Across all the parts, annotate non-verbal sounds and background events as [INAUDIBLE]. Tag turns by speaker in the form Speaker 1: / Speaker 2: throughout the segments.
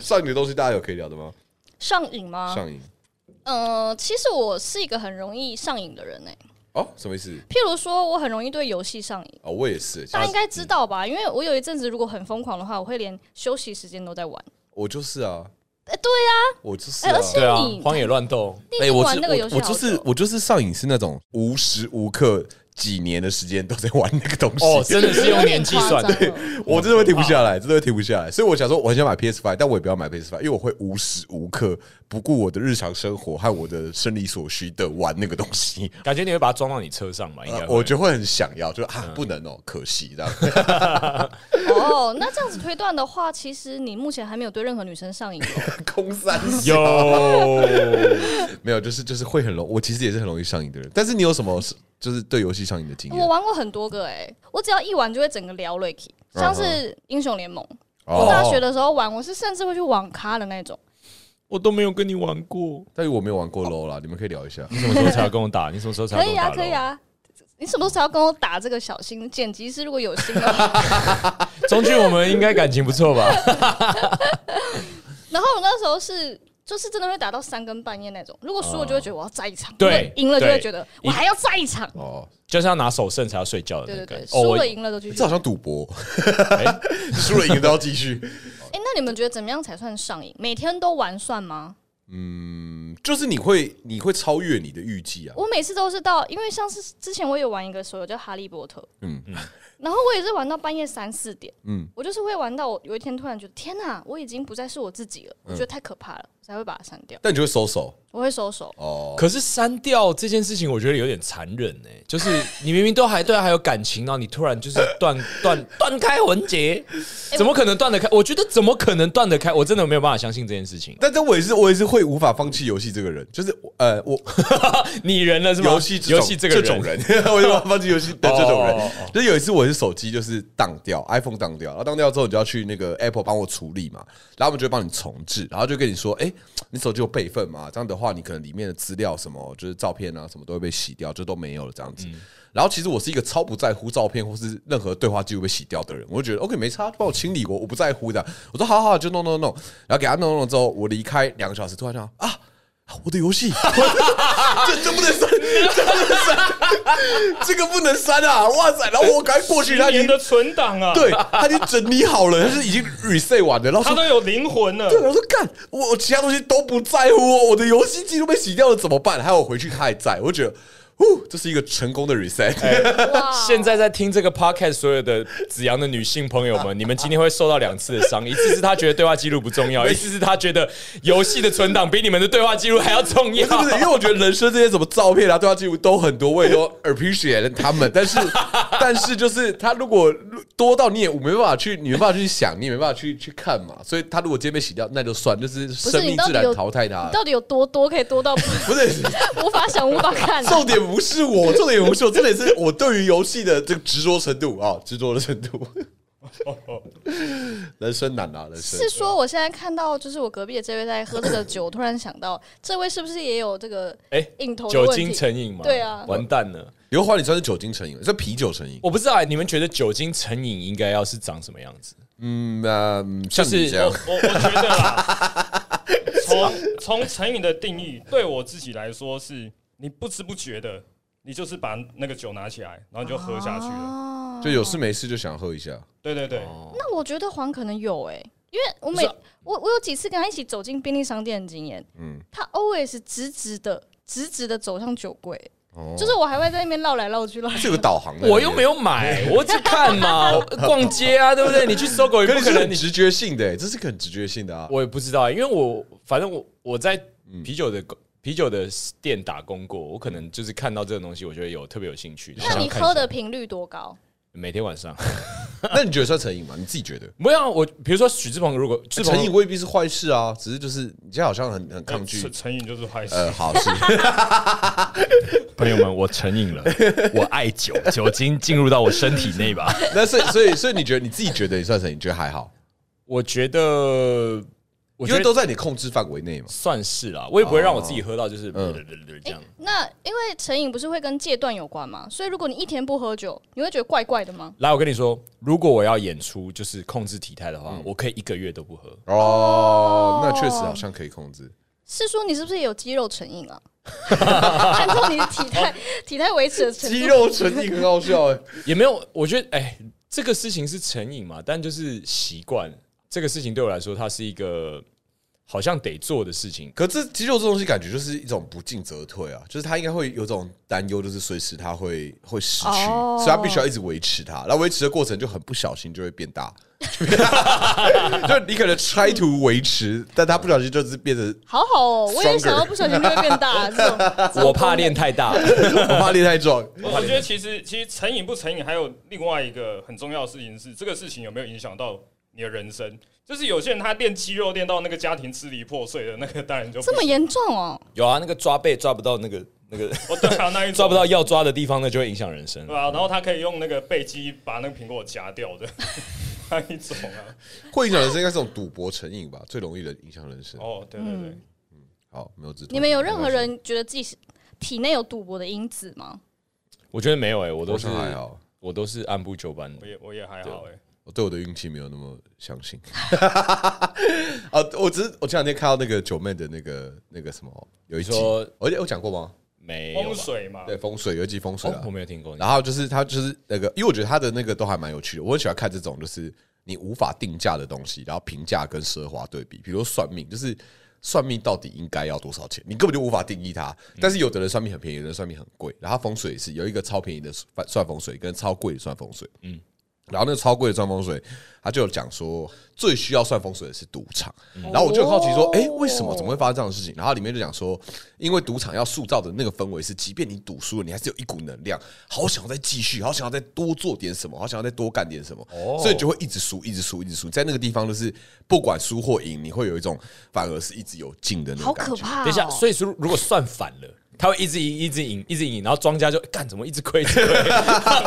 Speaker 1: 上瘾的东西大家有可以聊的吗？
Speaker 2: 上瘾吗？
Speaker 1: 上瘾
Speaker 2: 呃，其实我是一个很容易上瘾的人呢、欸
Speaker 1: 哦，什么意思？
Speaker 2: 譬如说，我很容易对游戏上瘾，
Speaker 1: 哦，我也是，
Speaker 2: 大家应该知道吧？因为我有一阵子如果很疯狂的话，我会连休息时间都在玩。
Speaker 1: 我就是啊，
Speaker 2: 哎、对呀、
Speaker 1: 我就是
Speaker 2: 哎
Speaker 1: 啊
Speaker 2: 而。且
Speaker 3: 对啊
Speaker 2: 你，
Speaker 3: 荒野乱斗，
Speaker 2: 你
Speaker 1: 哎、
Speaker 2: 已经
Speaker 1: 我
Speaker 2: 玩
Speaker 1: 是
Speaker 2: 那个游戏
Speaker 1: 我我
Speaker 2: 好
Speaker 1: 就
Speaker 2: 久
Speaker 1: 是
Speaker 2: 了
Speaker 1: 我就是上瘾是那种无时无刻几年的时间都在玩那个东西，
Speaker 3: 哦真的是用年纪算的
Speaker 2: 有点夸张了
Speaker 1: [LAUGHS] 我真的会停不下来，真的会停不下来。所以我想说，我很想买 PS Five，但我也不要买 PS Five，因为我会无时无刻不顾我的日常生活和我的生理所需的玩那个东西，
Speaker 3: 感觉你会把它装到你车上吧？应该
Speaker 1: 呃
Speaker 3: 会，
Speaker 1: 我就会很想要，就是啊，不能哦，可惜
Speaker 3: [LAUGHS]
Speaker 1: 这样。
Speaker 2: 哦，那这样子推断的话，其实你目前还没有对任何女
Speaker 1: [LAUGHS]
Speaker 2: 生上瘾哦。
Speaker 1: 空三小
Speaker 3: 有
Speaker 1: 没有，就是就是会很容，我其实也是很容易上瘾的人。但是你有什么是就是对游戏上瘾的经
Speaker 2: 我
Speaker 1: 验？
Speaker 2: 玩过很多个哎、我只要一玩就会整个聊 l u k
Speaker 1: 嗯
Speaker 2: 像是英雄联盟，
Speaker 1: 哦
Speaker 2: 我大学，的时候玩，我是甚至会去网咖的那种。
Speaker 3: [LAUGHS] 我都没有跟你玩过。
Speaker 1: 但是我没有玩过 LO 啦，你们可以聊一下。
Speaker 3: 你什么时候才要跟我打？你什么时候才要
Speaker 2: 可
Speaker 3: 跟我
Speaker 2: 以
Speaker 3: 打哦
Speaker 2: 啊，
Speaker 3: 咯？
Speaker 2: 可以啊。你什么时候要跟我打这个小心？剪辑师如果有心的
Speaker 3: [LAUGHS]
Speaker 2: 话，啊
Speaker 3: 中俊，我们应该感情不错吧？ [LAUGHS]
Speaker 2: 然后我那时候是就是真的会打到三更半夜那种。如果输了就会觉得我要再一场，
Speaker 3: 对
Speaker 2: 如果赢了就会
Speaker 3: 对
Speaker 2: 觉得我还要再一场。
Speaker 1: 哦，
Speaker 3: 就是要拿手胜才要睡觉的
Speaker 2: 对
Speaker 3: 那
Speaker 2: 对对，。
Speaker 3: 个哦，
Speaker 2: 输
Speaker 3: 我
Speaker 2: 了赢了都去。
Speaker 1: 这好像赌博， [LAUGHS]
Speaker 3: 哎
Speaker 1: 输了赢都要继续。
Speaker 2: 哎，那你们觉得怎么样才算上瘾？每天都玩算吗？
Speaker 1: 嗯，就是你会你会超越你的预计啊。
Speaker 2: 我每次都是到，因为像是之前我有玩一个手游叫《哈利波特》，
Speaker 1: 嗯
Speaker 2: 然后我也是玩到半夜三四点，
Speaker 1: 嗯
Speaker 2: 我就是会玩到我有一天突然觉得天哪，我已经不再是我自己了，我
Speaker 3: 嗯
Speaker 2: 觉得太可怕了，我才会把它删掉。
Speaker 1: 但你就会收手
Speaker 2: 我会收
Speaker 3: [LAUGHS]
Speaker 2: 手，
Speaker 1: 哦。
Speaker 3: 可是删掉这件事情，我觉得有点残忍呢、就是你明明都还对他还有感情，然后你突然就是断 [LAUGHS] 断断开魂结，
Speaker 2: 哎
Speaker 3: 怎么可能断得开？我觉得怎么可能断得开？我真的没有办法相信这件事情。
Speaker 1: 但但我也是我也是会无法放弃游戏这个人，就是我呃我
Speaker 3: [LAUGHS] 你人了是吗？
Speaker 1: 游戏这
Speaker 3: 游
Speaker 1: 种
Speaker 3: 戏这个
Speaker 1: 这种人， [LAUGHS] 我就放弃游戏的这种人
Speaker 3: 哦哦哦。
Speaker 1: 就是有一次我是手机就是当掉 iPhone 当掉，然后当掉之后你就要去那个 Apple 帮我处理嘛，然后我们就会帮你重置，然后就跟你说，哎，你手机有备份吗？这样的话你可能里面的资料什么就是照片啊什么都会被洗掉，就都没有了这样子。
Speaker 3: 嗯
Speaker 1: 然后其实我是一个超不在乎照片或是任何对话记录被洗掉的人，我就觉得 OK 没差，帮我清理我我不在乎的。我说好好好就弄弄弄，然后给他弄弄之后，我离开两个小时，突然想啊。我的游戏， [LAUGHS] 这这不能删，这不能删， [LAUGHS] 这个不能删啊！哇塞，然后我赶快过去，他已经
Speaker 4: 存档啊，
Speaker 1: 对，他已经整理好了，他是已经 reset 完的，然后
Speaker 4: 它
Speaker 1: 说
Speaker 4: 都有灵魂了。
Speaker 1: 对，我说干，我我其他东西都不在乎哦，我的游戏记录被洗掉了怎么办？还有我回去他还在，我就觉得，呼，这是一个成功的 reset。
Speaker 2: 哇！
Speaker 3: 现在在听这个 podcast 所有的子阳的女性朋友们，你们今天会受到两次的伤，一次是她觉得对话记录不重要，一次是她觉得游戏的存档比你们的对话记录还要
Speaker 1: [LAUGHS]
Speaker 3: 重要
Speaker 1: 是。不是？因为我觉得人生这些什么照片啊、对话记录都很多，我也都 appreciate 他们。
Speaker 3: [LAUGHS]
Speaker 1: 但是，但是就是他如果多到你也没办法去，你没办法去想，你也没办法去去看嘛。所以他如果今天被洗掉，那就算，就是
Speaker 2: 不
Speaker 1: 生
Speaker 2: 是你
Speaker 1: 命
Speaker 2: 到
Speaker 1: 自
Speaker 2: 底
Speaker 1: 然
Speaker 2: 有
Speaker 1: 淘汰他
Speaker 2: 你。到底有多多可以多到 [LAUGHS]
Speaker 1: [LAUGHS] 不是，
Speaker 2: 无法想无法看、啊？
Speaker 1: 重点不是我，重点不是我，重点是我对于游戏的这个执着程度啊，执着的程度。 [LAUGHS] 人生难啊，人生
Speaker 2: 是说我现在看到就是我隔壁的这位在喝这个酒，我突然想到这位是不是也有这个
Speaker 3: 哎
Speaker 2: 瘾头的
Speaker 3: 酒
Speaker 2: 问题
Speaker 3: 精成瘾吗？
Speaker 2: 对啊
Speaker 3: 完蛋了。
Speaker 1: 刘华，你算是酒精成瘾，是啤酒成瘾。
Speaker 3: 我不知道、欸，你们觉得酒精成瘾应该要是长什么样子？
Speaker 1: 嗯，那
Speaker 3: 就
Speaker 1: 像你
Speaker 3: 是
Speaker 1: 这样，
Speaker 4: 我我觉得啦，从从成瘾的定义，对我自己来说是，你不知不觉的，你就是把那个酒拿起来，然后你就喝下去了。
Speaker 2: 哦
Speaker 1: 就有事没事就想喝一下。
Speaker 3: 哦
Speaker 4: 对对对，
Speaker 2: 那我觉得黄可能有哎、因为我每、
Speaker 3: 不是啊
Speaker 2: 我我有几次跟他一起走进便利商店的经验，嗯，他 always 直直的直直的走向酒柜、
Speaker 1: 哦
Speaker 2: 就是我还会在那边绕来绕去绕来。
Speaker 1: 是有个导航的，
Speaker 3: 我又没有买，我只看嘛，逛街啊，对不对？你去搜狗也
Speaker 1: 可
Speaker 3: 不
Speaker 1: 是
Speaker 3: 可
Speaker 1: 这
Speaker 3: 能
Speaker 1: 很
Speaker 3: 你，
Speaker 1: 直觉性的、欸，这是个很直觉性的啊。
Speaker 3: 我也不知道欸、因为我反正我我在
Speaker 1: 嗯
Speaker 3: 啤酒的工啤酒的店打工过，我可能就是看到这个东西，我觉得有特别有兴趣。
Speaker 2: 那你
Speaker 3: 想看
Speaker 2: 喝的频率多高？
Speaker 3: 每天晚上
Speaker 1: 那你觉得算成瘾吗？你自己觉得？
Speaker 3: 没有啊我，比如说许志鹏，如果志鹏
Speaker 1: 成瘾未必是坏事啊，只是就是你现在好像很很抗拒
Speaker 4: 成。成瘾就是坏事。
Speaker 1: 呃，好 [LAUGHS] 事，
Speaker 3: 朋友们，我成瘾 [LAUGHS] 了，我爱酒，酒精进入到我身体内吧。
Speaker 1: 那所以所以所以你觉得你自己觉得你算成瘾，你觉得还好？
Speaker 3: 我觉得我
Speaker 1: 因
Speaker 3: 觉
Speaker 1: 为都
Speaker 3: 得
Speaker 1: 在你控制范围内嘛。
Speaker 3: 算是啦，我也不会让我自己喝到就是
Speaker 1: 哦
Speaker 3: 这
Speaker 1: 嗯
Speaker 3: 样。
Speaker 2: 那因为成瘾不是会跟戒断有关吗？所以如果你一天不喝酒，你会觉得怪怪的吗？
Speaker 3: 来，我跟你说，如果我要演出就是控制体态的
Speaker 1: 嗯
Speaker 3: 话，我可以一个月都不喝。
Speaker 1: 哦，那确实好像可以控制。
Speaker 2: 是说你是不是有肌肉成瘾
Speaker 1: [LAUGHS]
Speaker 2: 啊？看中你的体态体态维持的程
Speaker 1: 哦肌
Speaker 2: 度，
Speaker 1: 肉成瘾很好笑哎、
Speaker 3: 也没有，我觉得哎、这个事情是成瘾嘛，但就是习惯。这个事情对我来说，它是一个好像得做的
Speaker 1: [LAUGHS]
Speaker 3: 事情。
Speaker 1: 可是肌肉这东西感觉就是一种不进则退啊，就是他应该会有种担忧，就是随时他会会失去，
Speaker 2: 哦
Speaker 1: 所以他必须要一直维持它。那维持的过程就很不小心就会变大， [LAUGHS] 就你可能拆图维持，但他不小心就是变成
Speaker 2: 好好哦，我也
Speaker 1: Stronger
Speaker 2: 想要不小心就会变大这种。这种
Speaker 3: 我怕练太
Speaker 1: [LAUGHS]
Speaker 3: 大，
Speaker 1: 我怕力太壮。
Speaker 4: 我我觉得其实其实成瘾不成瘾，还有另外一个很重要的事情是，这个事情有没有影响到你的人生？就是有些人他练肌肉练到那个家庭支离破碎的那个，当然就不
Speaker 2: 这么
Speaker 4: 行
Speaker 2: 严重
Speaker 1: [LAUGHS]
Speaker 2: 哦，
Speaker 3: 有啊，那个抓背抓不到那个那个
Speaker 4: 哦，对啊，那一种
Speaker 3: 抓不到要抓的地方，那就会影响人生
Speaker 4: 对。啊，然后他可以用那个背肌把那个苹果夹掉的 [LAUGHS] 那一种啊。
Speaker 1: 会影响人生应该是这种赌博成瘾吧，最容易的影响人生。
Speaker 4: 哦，对对
Speaker 2: 嗯
Speaker 4: 对，
Speaker 1: 好，没有自
Speaker 2: 你们有任何人觉得自己是体内有赌博的因子吗？
Speaker 3: 我觉得没有哎、我
Speaker 1: 我
Speaker 3: 都是
Speaker 1: 想还好，
Speaker 3: 我都是按部就班
Speaker 4: 我
Speaker 3: 的。
Speaker 4: 也我也还好哎、
Speaker 1: 我对我的运气没有那么相信。 [LAUGHS] 啊，我只是我前两天看到那个九妹的那个那个什么，有一
Speaker 3: 你
Speaker 1: 集，
Speaker 3: 说
Speaker 1: 我我讲过吗？
Speaker 3: 没有
Speaker 4: 风
Speaker 3: 吧？
Speaker 4: 水嘛，
Speaker 1: 对，风水有一集风水啊
Speaker 3: 哦，我，没有听过。
Speaker 1: 然后就是他就是那个，因为我觉得他的那个都还蛮有趣的，我很喜欢看这种就是你无法定价的东西，然后评价跟奢华对比，比如说算命，就是算命到底应该要多少钱，你根本就无法定义它。但是有的人算命很便宜，有的人算命很贵，然后风水也是有一个超便宜的算算风水，跟超贵的算风水，嗯。然后那个超贵的算风水，他就有讲说最需要算风水的是赌场。然后我就很好奇说，
Speaker 2: 哦
Speaker 1: 哎，为什么怎么会发生这样的事情？然后里面就讲说，因为赌场要塑造的那个氛围是，即便你赌输了，你还是有一股能量，好想要再继续，好想要再多做点什么，好想要再多干点什么，
Speaker 2: 哦
Speaker 1: 所以你就会一直输，一直输，一直输。在那个地方就是不管输或赢，你会有一种反而是一直有劲的那
Speaker 2: 好
Speaker 1: 种感
Speaker 2: 可
Speaker 1: 觉。
Speaker 2: 怕、哦！
Speaker 3: 等一下，所以说如果算反了，他会一直赢，一直赢，一直赢，然后庄家就干怎么一直亏，一直
Speaker 1: [LAUGHS]
Speaker 3: 亏 [LAUGHS]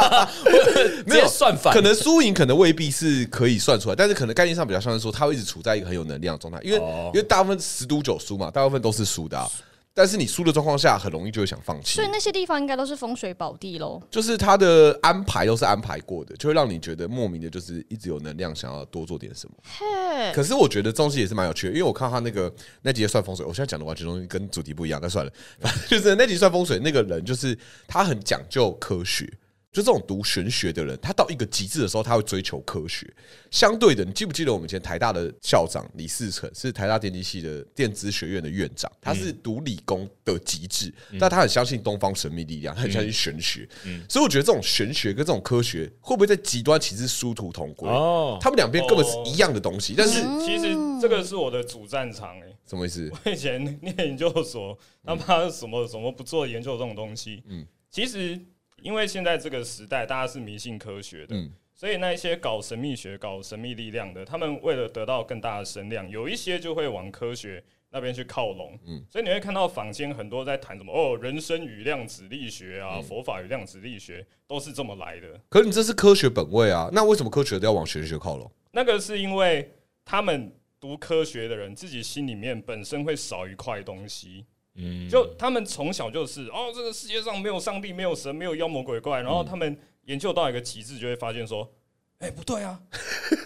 Speaker 3: 我直
Speaker 1: 没有
Speaker 3: 接算反，
Speaker 1: 可能输赢可能未必是可以算出来，但是可能概念上比较像是说，他会一直处在一个很有能量的状态，因为、
Speaker 3: 哦
Speaker 1: 因为大部分十赌九输嘛，大部分都是输的、啊。但是你输的状况下，很容易就会想放弃。
Speaker 2: 所以那些地方应该都是风水宝地喽。
Speaker 1: 就是他的安排都是安排过的，就会让你觉得莫名的，就是一直有能量想要多做点什么。
Speaker 2: 嘿，
Speaker 1: 可是我觉得这东西也是蛮有趣的，因为我看他那个那集的算风水，我现在讲的完全东西跟主题不一样，但算了， [LAUGHS] 反正就是那集算风水那个人，就是他很讲究科学。就这种读玄学的人，他到一个极致的时候，他会追求科学。相对的，你记不记得我们以前台大的校长李世成是台大电机系的电子学院的院长，他是读理工的极致，但他很相信东方神秘力量，他很相信玄学。所以我觉得这种玄学跟这种科学会不会在极端其实殊途同归？
Speaker 3: 哦
Speaker 1: 他们两边根本是一样的东西，但是
Speaker 2: 嗯
Speaker 4: 其实这个是我的主战场哎、
Speaker 1: 什么意思？
Speaker 4: 我以前念研究所，他妈什么什么不做研究这种东西，嗯，其实因为现在这个时代大家是迷信科学的，
Speaker 1: 嗯
Speaker 4: 所以那一些搞神秘学、搞神秘力量的，他们为了得到更大的声量，有一些就会往科学。那边去靠拢，嗯，所以你会看到坊间很多在谈什么哦，人生与量子力学啊，佛法与量子力学都是这么来的。
Speaker 1: 可是你这是科学本位啊，那为什么科学都要往玄学靠拢？
Speaker 4: 那个是因为他们读科学的人自己心里面本身会少一块东西，
Speaker 3: 嗯
Speaker 4: 就他们从小就是哦，这个世界上没有上帝，没有神，没有妖魔鬼怪，然后他们研究到一个极致，就会发现说，哎、不对啊，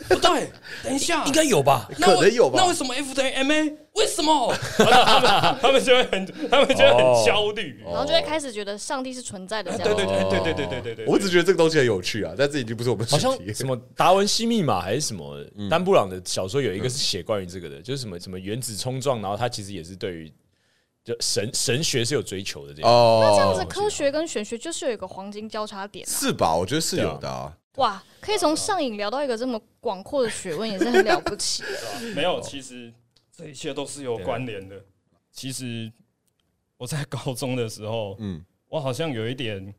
Speaker 4: 不对，等一下，
Speaker 3: 应该有吧？
Speaker 4: 那为
Speaker 1: 可能有吧
Speaker 4: 那为什么 F 等于 ma？为什么？然后他们他们就会很，他们就会
Speaker 3: 哦
Speaker 4: 很焦虑。
Speaker 2: 然后就会开始觉得上帝是存在的
Speaker 4: 啊
Speaker 2: 这
Speaker 4: 对
Speaker 2: 样
Speaker 4: 对
Speaker 2: 子。
Speaker 4: 对对对对对对对，
Speaker 1: 我只觉得这个东西很有趣啊，但这已经不 [LAUGHS] 是我们的嗯
Speaker 3: 好
Speaker 1: 主
Speaker 3: 像
Speaker 1: 题。
Speaker 3: 什么达文西密码还是什么丹布朗的小说有一个是写关于这个的，就是什么什么原子冲撞，然后他其实也是对于就神神学是有追求的这样。
Speaker 1: 哦，
Speaker 2: 这样子科学跟玄学就是有一个黄金交叉点、啊。
Speaker 1: 是吧？我觉得是有的啊。
Speaker 2: 哇，可以从上瘾聊到一个这么广阔的学问，也是很了不
Speaker 1: [LAUGHS]
Speaker 2: 起。
Speaker 4: 没有，其实这一切都是有关联的。其实我在高中的时候，
Speaker 1: 嗯，
Speaker 4: 我好像有一点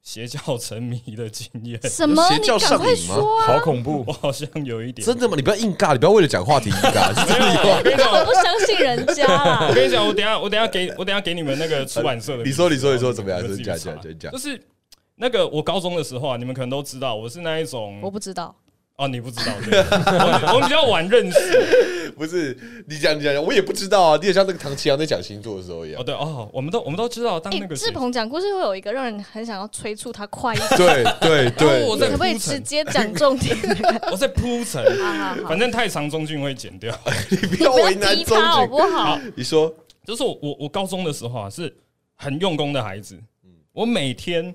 Speaker 4: 邪教沉迷的经验，
Speaker 2: 什么？
Speaker 1: 邪
Speaker 2: 你
Speaker 1: 教
Speaker 2: 赶
Speaker 1: 上
Speaker 2: 快
Speaker 1: 瘾吗
Speaker 2: 说啊
Speaker 3: 好！恐怖
Speaker 1: 哦
Speaker 4: 我！好像有一点
Speaker 1: 真的吗？你不要硬尬，你不要为了讲话题硬尬，
Speaker 4: [LAUGHS]
Speaker 1: 是真的有啊。
Speaker 2: 你根本不相信人家啦
Speaker 4: 我。跟你讲，我等一下我等一下给我等一下给你们那个出版社的名字。
Speaker 1: 你说你说你说怎么样
Speaker 4: 你们自己
Speaker 1: 讲
Speaker 4: 查
Speaker 1: 讲讲讲
Speaker 4: [LAUGHS] 就是那个我高中的时候啊，你们可能都 [LAUGHS] 知道，我是那一种
Speaker 2: 我不知道，
Speaker 4: 哦，你不知道，对我我比较晚认识，
Speaker 1: 不是你讲你讲，我也不知道啊。你也像那个唐奇阳在讲星座的时候一样
Speaker 4: 哦，，对哦，我们都我们都知道，当
Speaker 2: 哎
Speaker 4: 那，个
Speaker 2: 志
Speaker 4: 谁
Speaker 2: 鹏讲故事会有一个让人很想要催促他快一点，
Speaker 1: 对对对，
Speaker 4: 我
Speaker 2: 你
Speaker 4: 在
Speaker 2: 可不可以
Speaker 4: 铺陈
Speaker 2: 直接讲重点？ [LAUGHS] 啊
Speaker 4: 我在铺陈，
Speaker 2: 好好好
Speaker 4: 反，正太长中俊会剪掉。
Speaker 1: [LAUGHS] 你不
Speaker 2: 你
Speaker 1: 要
Speaker 2: 不要
Speaker 1: 为难
Speaker 2: 逼
Speaker 1: 中
Speaker 2: 他哦好不
Speaker 1: 景。
Speaker 2: 好？
Speaker 1: 你说
Speaker 4: 就是我我我高中的时候啊，是很用功的孩子，我每天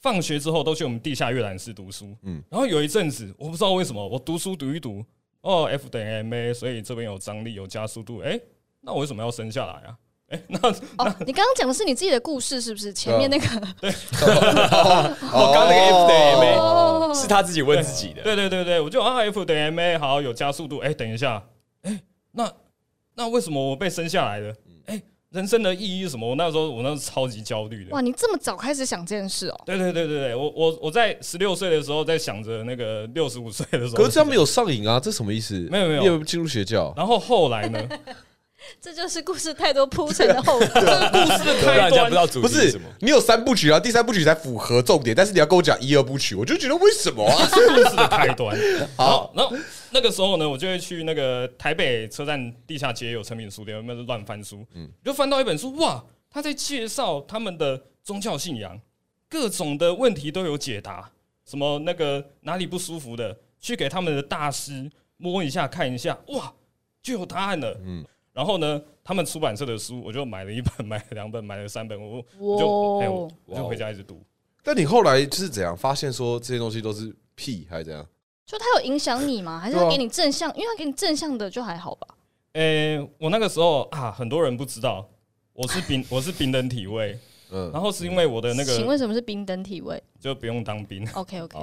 Speaker 4: 放学之后都去我们地下阅览室读书，
Speaker 1: 嗯
Speaker 4: 嗯，然后有一阵子我不知道为什么我读书读一读，哦，F 等于 ma，所以这边有张力有加速度，哎、那我为什么要生下来啊？哎、那
Speaker 2: 哦，你刚刚讲的是你自己的故事是不是？前面那 [LAUGHS] 个
Speaker 1: 我
Speaker 3: 刚那个 F 的 MA
Speaker 2: 哦，
Speaker 3: 是他自己问自己的。
Speaker 4: 对对对对，我就啊 F 等于 ma 好有加速度，哎、等一下，哎、那那为什么我被生下来了？哎、人生的意义是什么？我那时候我那时候超级焦虑的，
Speaker 2: 哇，你这么早开始想这件事哦？
Speaker 4: 对对对对对，我我我在十六岁的时候在想着那个六十五岁的时候，
Speaker 1: 可是这样没有上瘾啊，这什么意思？
Speaker 4: 没有没有
Speaker 1: 你有进入邪教？
Speaker 4: 然后后来呢？
Speaker 2: 这就是故事太多铺陈的后 [LAUGHS] 啊果。
Speaker 3: 让人家不知道主
Speaker 1: 不
Speaker 3: 题是
Speaker 1: 是
Speaker 3: 什么。，
Speaker 1: 你有三部曲啊，第三部曲才符合重点，但是你要跟我讲一二部曲，我就觉得为什么啊？
Speaker 4: 故事的开端。
Speaker 1: 好，
Speaker 4: 然后那个时候呢，我就会去那个台北车站地下街有成品书店，有没有乱翻书？嗯，就翻到一本书，哇，他在介绍他们的宗教信仰，各种的问题都有解答，什么那个哪里不舒服的，去给他们的大师摸一下看一下，哇，就有答案了。嗯。然后呢，他们出版社的书，我就买了一本，买了两本，买了三本，我我就
Speaker 2: 哇
Speaker 4: 哎我我就回家一直读。
Speaker 1: 但你后来就是怎样发现说这些东西都是屁，还是怎样？
Speaker 2: 就他有影响你吗？还是
Speaker 1: 对
Speaker 2: 他
Speaker 1: 啊
Speaker 2: 给你正向？因为他给你正向的就还好吧。
Speaker 4: 诶、我那个时候啊，很多人不知道我是
Speaker 1: [LAUGHS]
Speaker 4: 丙，我是丙人体位，
Speaker 1: 嗯，
Speaker 4: 然后是因为我的那
Speaker 2: 请
Speaker 4: 个
Speaker 2: 问什么是冰灯体位
Speaker 4: 就不用当兵，
Speaker 2: ？OK OK，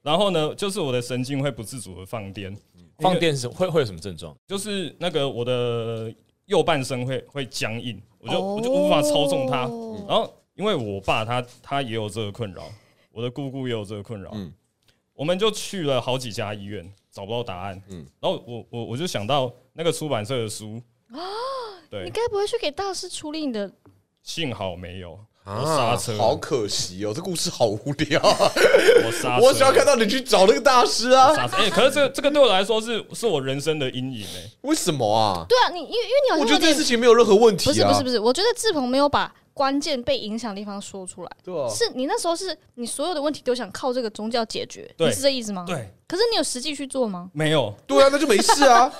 Speaker 4: 然后呢，就是我的神经会不自主的放电，
Speaker 3: 放电是会会有什么
Speaker 1: [LAUGHS]
Speaker 3: 症状？
Speaker 4: 就是那个我的右半身会会僵硬，我就、我就无法操纵它。
Speaker 2: 哦
Speaker 4: 然后因为我爸他他也有这个困扰，我的姑姑也有这个困扰，
Speaker 1: 嗯
Speaker 4: 我们就去了好几家医院，找不到答案，
Speaker 1: 嗯
Speaker 4: 然后我我我就想到那个出版社的书，
Speaker 2: 哦
Speaker 4: 对
Speaker 2: 你，该不会去给大师处理你的？
Speaker 4: 幸好没有。我刹
Speaker 1: 啊，
Speaker 4: 车
Speaker 1: 好可惜哦，这故事好无聊。啊
Speaker 4: 我刹车
Speaker 1: 我想要看到你去找那个大师啊，
Speaker 4: 刹车。哎、可是这个这个对我来说是是我人生的阴影哎、
Speaker 1: 为什么啊？
Speaker 2: 对啊，你因为因为你好
Speaker 1: 我觉得
Speaker 2: 像有
Speaker 1: 这件
Speaker 2: 点
Speaker 1: 事情没有任何问题啊。
Speaker 2: 不是不是不是，我觉得志鹏没有把关键被影响的地方说出来。
Speaker 1: 对啊，
Speaker 2: 是你那时候是你所有的问题都想靠这个宗教解决，
Speaker 4: 对
Speaker 2: 你是这意思吗？。
Speaker 4: 对，
Speaker 2: 可是你有实际去做吗？
Speaker 4: 没有
Speaker 1: 对啊，那就没事啊。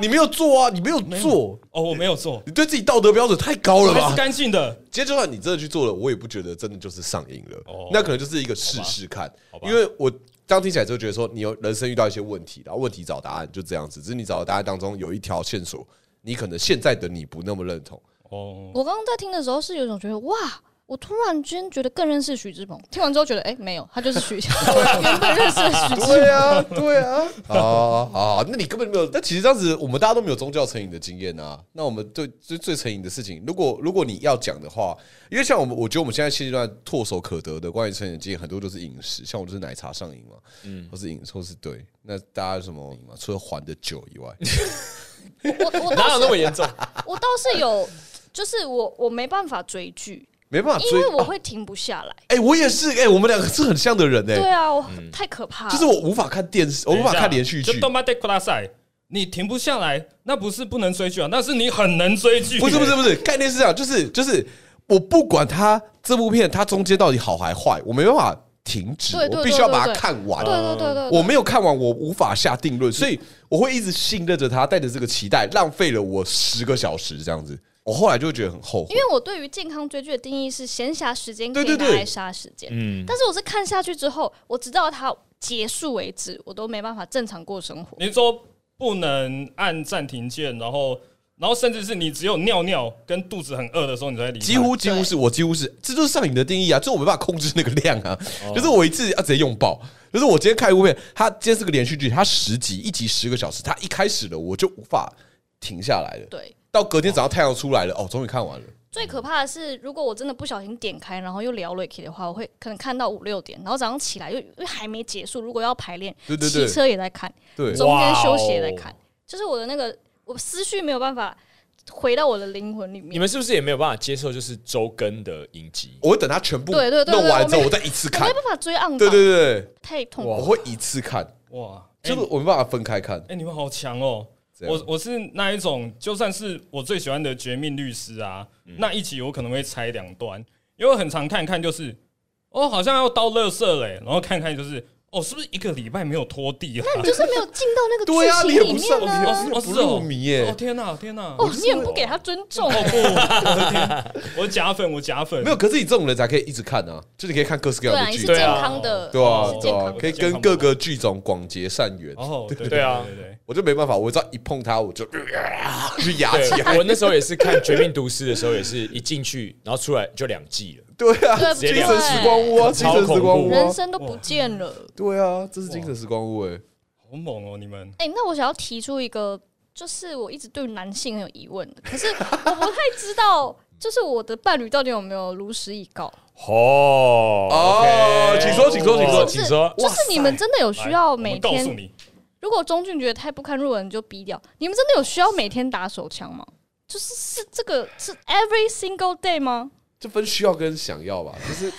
Speaker 1: 你没有做啊，你没有做，
Speaker 4: 哦，我没有做，
Speaker 1: 你对自己道德标准太高
Speaker 4: 我
Speaker 1: 了
Speaker 4: 还
Speaker 1: 吧
Speaker 4: 是？干净的。
Speaker 1: 今天就算你真的去做了，我也不觉得真的就是上瘾了。
Speaker 4: 哦
Speaker 1: 那可能就是一个试试看，
Speaker 4: 好吧
Speaker 1: 因为我刚听起来就觉得说，你有人生遇到一些问题，然后问题找答案，就这样子。只是你找的答案当中有一条线索，你可能现在的你不那么认同。嗯
Speaker 4: 哦，
Speaker 2: 我刚刚在听的时候是有一种觉得哇。我突然间觉得更认识许志鹏，听完之后觉得哎、没有，他就是
Speaker 1: [LAUGHS]
Speaker 2: 许，我原本认识的许志鹏。
Speaker 1: 对 [LAUGHS] 啊，对啊，啊啊！那你根本没有。但其实这样子，我们大家都没有宗教成瘾的经验啊。那我们最最最成瘾的事情，如果如果你要讲的话，因为像我们，我觉得我们现在现阶段唾手可得的关于成瘾的经验，很多都是饮食，像我就是奶茶上瘾嘛，嗯，或是饮，或是对。那大家有什么瘾嘛？除了还的酒以外，
Speaker 2: 我我
Speaker 3: 哪
Speaker 2: 倒
Speaker 3: 有
Speaker 2: 是
Speaker 3: 那么严重？
Speaker 2: 我倒是有，就是我我没办法追剧，
Speaker 1: 没办法
Speaker 2: 因
Speaker 1: 追
Speaker 2: 为。我
Speaker 1: 啊
Speaker 2: 会停不下来。
Speaker 1: 哎、我也是，哎、我们两个是很像的人哎、
Speaker 2: 对啊，我太可怕了。
Speaker 1: 就是我无法看电视，我无法看连续
Speaker 4: 就
Speaker 1: 剧。
Speaker 4: 动漫 deck 大赛，你停不下来，那不是不能追剧啊，那是你很能追剧、
Speaker 1: [LAUGHS] 不是不是，不是，概念是这样，就是就是，我不管它这部片它中间到底好还坏，我没办法停止，
Speaker 2: 对对
Speaker 1: 我必须要
Speaker 2: 对对
Speaker 1: 把它
Speaker 2: 对
Speaker 1: 看完。
Speaker 2: 对对对对对，
Speaker 1: 我没有看完，我无法下定论，所以我会一直信任着它，带着这个期待，浪费了我十个小时这样子。我后来就会觉得很后悔
Speaker 2: 因，为我对于健康追剧的定义是闲暇时间
Speaker 1: 对
Speaker 2: 可以
Speaker 1: 对
Speaker 2: 拿
Speaker 1: 对
Speaker 2: 来杀时间，
Speaker 3: 嗯，
Speaker 2: 但是我是看下去之后，我直到它结束为止，我都没办法正常过生活。
Speaker 4: 你说不能按暂停键，然后然后甚至是你只有尿尿跟肚子很饿的时候，你才离开。
Speaker 1: 几乎几乎
Speaker 2: 对
Speaker 1: 是我几乎是，这就是上瘾的定义啊！就是我没办法控制那个量
Speaker 2: [LAUGHS]
Speaker 1: 啊，就是我一次要直接用爆。就是我今天看一部片，它今天是个连续剧，它十集，一集十个小时，它一开始了我就无法停下来了。
Speaker 2: 对，
Speaker 1: 到隔天早上太阳出来了，哦，终于看完了。
Speaker 2: 最可怕的是，如果我真的不小心点开，然后又聊 Ricky 的话，我会可能看到五六点，然后早上起来又又还没结束。如果要排练，
Speaker 1: 对对对
Speaker 2: 骑车也在看，
Speaker 1: 对，哦
Speaker 2: 中间休息也在看，就是我的那个我思绪没有办法回到我的灵魂里
Speaker 3: [LAUGHS] 你
Speaker 2: 面。
Speaker 3: 们是不是也没有办法接受就是周更的影
Speaker 1: [LAUGHS]
Speaker 3: 集？
Speaker 1: 我会等它全部
Speaker 2: 对对对对
Speaker 1: 弄完之后，
Speaker 2: 我没
Speaker 1: 我再一次
Speaker 2: 我没
Speaker 1: 看
Speaker 2: 有。办法追暗
Speaker 1: 对对对对，
Speaker 2: 太痛苦
Speaker 1: 我
Speaker 2: 了。
Speaker 1: 会一次看，
Speaker 4: 哇，哎
Speaker 1: 就是我没办法分开看。
Speaker 4: 哎、你们好强哦！
Speaker 1: 这样
Speaker 4: 我我是那一种，就算是我最喜欢的《绝命律师》啊，
Speaker 1: 嗯
Speaker 4: 那一集我可能会拆两段，因为我很常看看就是，哦，好像要到垃圾嘞、然后看看就是，哦，是不是一个礼拜没有拖地了、啊？
Speaker 2: 就是没有进到那个
Speaker 1: 对啊，
Speaker 2: 剧
Speaker 1: 你
Speaker 2: 情
Speaker 1: 也
Speaker 2: 里
Speaker 1: 不上，
Speaker 2: 面
Speaker 1: 你也
Speaker 2: 呢、
Speaker 4: 哦
Speaker 1: 你也
Speaker 4: 哦
Speaker 1: 不
Speaker 4: 是哦
Speaker 1: 入迷耶
Speaker 4: 哦，天哪、天哪、
Speaker 2: 哦，你也不给他尊重、欸
Speaker 4: 哦不，我的天，我假粉，我假粉，
Speaker 1: 没有，可是你这种人才可以一直看啊，就你可以看各式各
Speaker 2: 对
Speaker 1: 样
Speaker 2: 啊，
Speaker 1: 的
Speaker 2: 你
Speaker 1: 剧
Speaker 2: 是
Speaker 1: 嘛，
Speaker 2: 健
Speaker 4: 对啊
Speaker 2: 康的，
Speaker 1: 对啊对
Speaker 2: 你是，健
Speaker 1: 啊
Speaker 2: 康，的，
Speaker 1: 可以跟各个剧种广结善缘。
Speaker 4: 哦，对
Speaker 3: 对啊
Speaker 4: 对对
Speaker 1: 我就没办法，我只要一碰它，我就就牙起来。
Speaker 3: 对，我那时候也是看《绝命毒师》的时候，也是一进去，然后出来就两季了。
Speaker 1: 对啊，
Speaker 2: 对
Speaker 1: 精神时光屋啊，精
Speaker 3: 超
Speaker 1: 神时光
Speaker 3: 恐
Speaker 1: 屋
Speaker 3: 怖
Speaker 1: 啊
Speaker 2: 人，生都不见了。
Speaker 1: 对啊，这是精神时光屋哎。
Speaker 4: 好猛哦，你们。
Speaker 2: 哎、那我想要提出一个，就是我一直对男性很有疑问的，可是我不太知道，就是我的伴侣到底有没有如实以告？
Speaker 3: 哦
Speaker 1: 哦
Speaker 3: OK
Speaker 1: 请说请说请说
Speaker 3: 请说。
Speaker 1: [LAUGHS]
Speaker 2: 就是你们真的有需要
Speaker 4: 我
Speaker 2: 哦每
Speaker 4: 们告诉
Speaker 2: 天？
Speaker 4: 你，
Speaker 2: 如果钟俊觉得太不堪入耳，你就逼掉。你们真的有需要每天打手枪吗？就是是这个是 every single day 吗？
Speaker 1: 这分需要跟想要吧，就是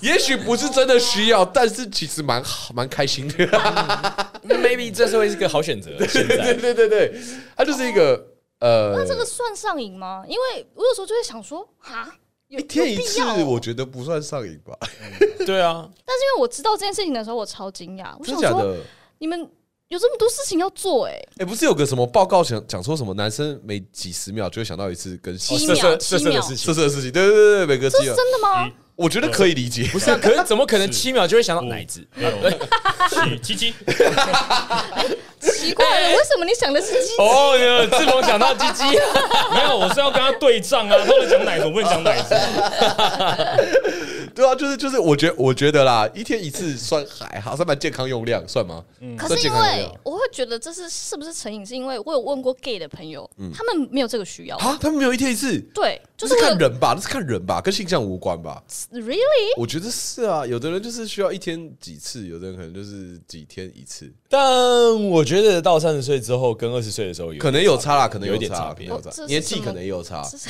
Speaker 1: 也许不是真的需要，但是其实蛮好蛮开心的。 [LAUGHS]
Speaker 3: 那嗯 maybe 这是会是个好选择。现
Speaker 1: 对
Speaker 3: 在
Speaker 1: 对对对，它就是一个呃
Speaker 2: 那，这个算上瘾吗？因为我有时候就会想说，哈，有
Speaker 1: 一天一
Speaker 2: 有必
Speaker 1: 次
Speaker 2: 要哦，
Speaker 1: 我觉得不算上瘾吧，
Speaker 3: 对啊，
Speaker 2: 但是因为我知道这件事情的时候，我超惊讶，我
Speaker 1: 真
Speaker 2: 想
Speaker 1: 的假
Speaker 2: 说
Speaker 1: 的？
Speaker 2: 你们有这么多事情要做、哎，
Speaker 1: 哎，不是有个什么报告讲讲说什么男生每几十秒就会想到一次跟 [LAUGHS]
Speaker 2: 七
Speaker 1: 色
Speaker 2: 秒
Speaker 3: 色
Speaker 2: 七
Speaker 3: 色色的
Speaker 2: 秒
Speaker 3: 事情
Speaker 1: 色。的事情，对对对，对每隔
Speaker 2: 哦这
Speaker 1: 几
Speaker 2: 是
Speaker 1: 秒，
Speaker 2: 真的吗？
Speaker 1: 我觉得可以理解。 [LAUGHS]
Speaker 3: 不是啊，可是怎么可能
Speaker 4: 是
Speaker 3: 七秒就会想到
Speaker 4: 五
Speaker 3: 奶子？
Speaker 4: 没有，七七七，
Speaker 2: 奇怪了，为什么你想的是鸡？
Speaker 3: 哦，志鹏想到鸡鸡，
Speaker 4: 没有，我是要跟他对账啊。他们讲奶子，我不能讲奶子。
Speaker 1: 对啊，就是就是，我觉我觉得啦，一天一次算还好，算蛮健康用量，算吗？
Speaker 2: 嗯可
Speaker 1: 算
Speaker 2: 是
Speaker 1: 健
Speaker 2: 因
Speaker 1: 康用
Speaker 2: 为
Speaker 1: 量
Speaker 2: 我会觉得这是是不是成瘾，是因为我有问过 gay 的朋友，他们没有这个需要。
Speaker 1: 嗯啊，他们没有一天一次，
Speaker 2: 对，就
Speaker 1: 就是是
Speaker 2: 我
Speaker 1: 看人吧，那是看人吧，跟性向无关吧？
Speaker 2: really
Speaker 1: 我觉得是啊，有的人就是需要一天几次，有的人可能就是几天一次，
Speaker 3: 但我觉得到三十岁之后，跟二十岁的时候有
Speaker 1: 可能有差啦，可能
Speaker 3: 有一点
Speaker 1: 点差，
Speaker 3: 差
Speaker 1: 可
Speaker 3: 别
Speaker 1: 能有差
Speaker 2: 哦这，是
Speaker 1: 年纪
Speaker 2: 什么
Speaker 1: 可能也有差，
Speaker 2: 这是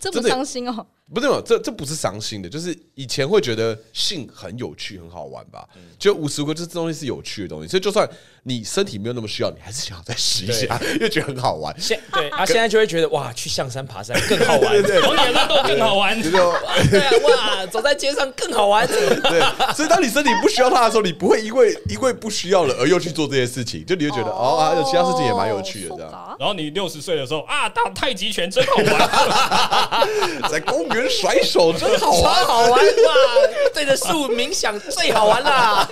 Speaker 2: 这
Speaker 1: 啊真
Speaker 2: 么
Speaker 1: 的
Speaker 2: 伤心哦。
Speaker 1: 不是没有，这这不是伤心的，就是以前会觉得性很有趣、很好玩吧，
Speaker 3: 嗯
Speaker 1: 就无时无刻就是这东西是有趣的东西，所以就算你身体没有那么需要，你还是想要再试一下， [LAUGHS] 因为觉得很好玩。
Speaker 3: 现对啊，现在就会觉得哇，去象山爬山更好玩，
Speaker 4: 我脸上都更好玩。
Speaker 1: [LAUGHS] 就是说
Speaker 3: [LAUGHS] 对啊，哇，走在街上更好
Speaker 4: [LAUGHS]
Speaker 3: 玩。
Speaker 1: 对，所以当你身体不需要它的时候，你不会因为因为不需要了而又去做这些事情，就你会觉得哦啊，有其他事情也蛮有趣的，这样
Speaker 2: 样。
Speaker 4: 然后你六十岁的时候啊，打太极拳真好玩。 [LAUGHS]
Speaker 1: 在公园甩手真好
Speaker 3: 超
Speaker 1: 玩。
Speaker 3: 好玩哇！对着树冥想最好玩啦！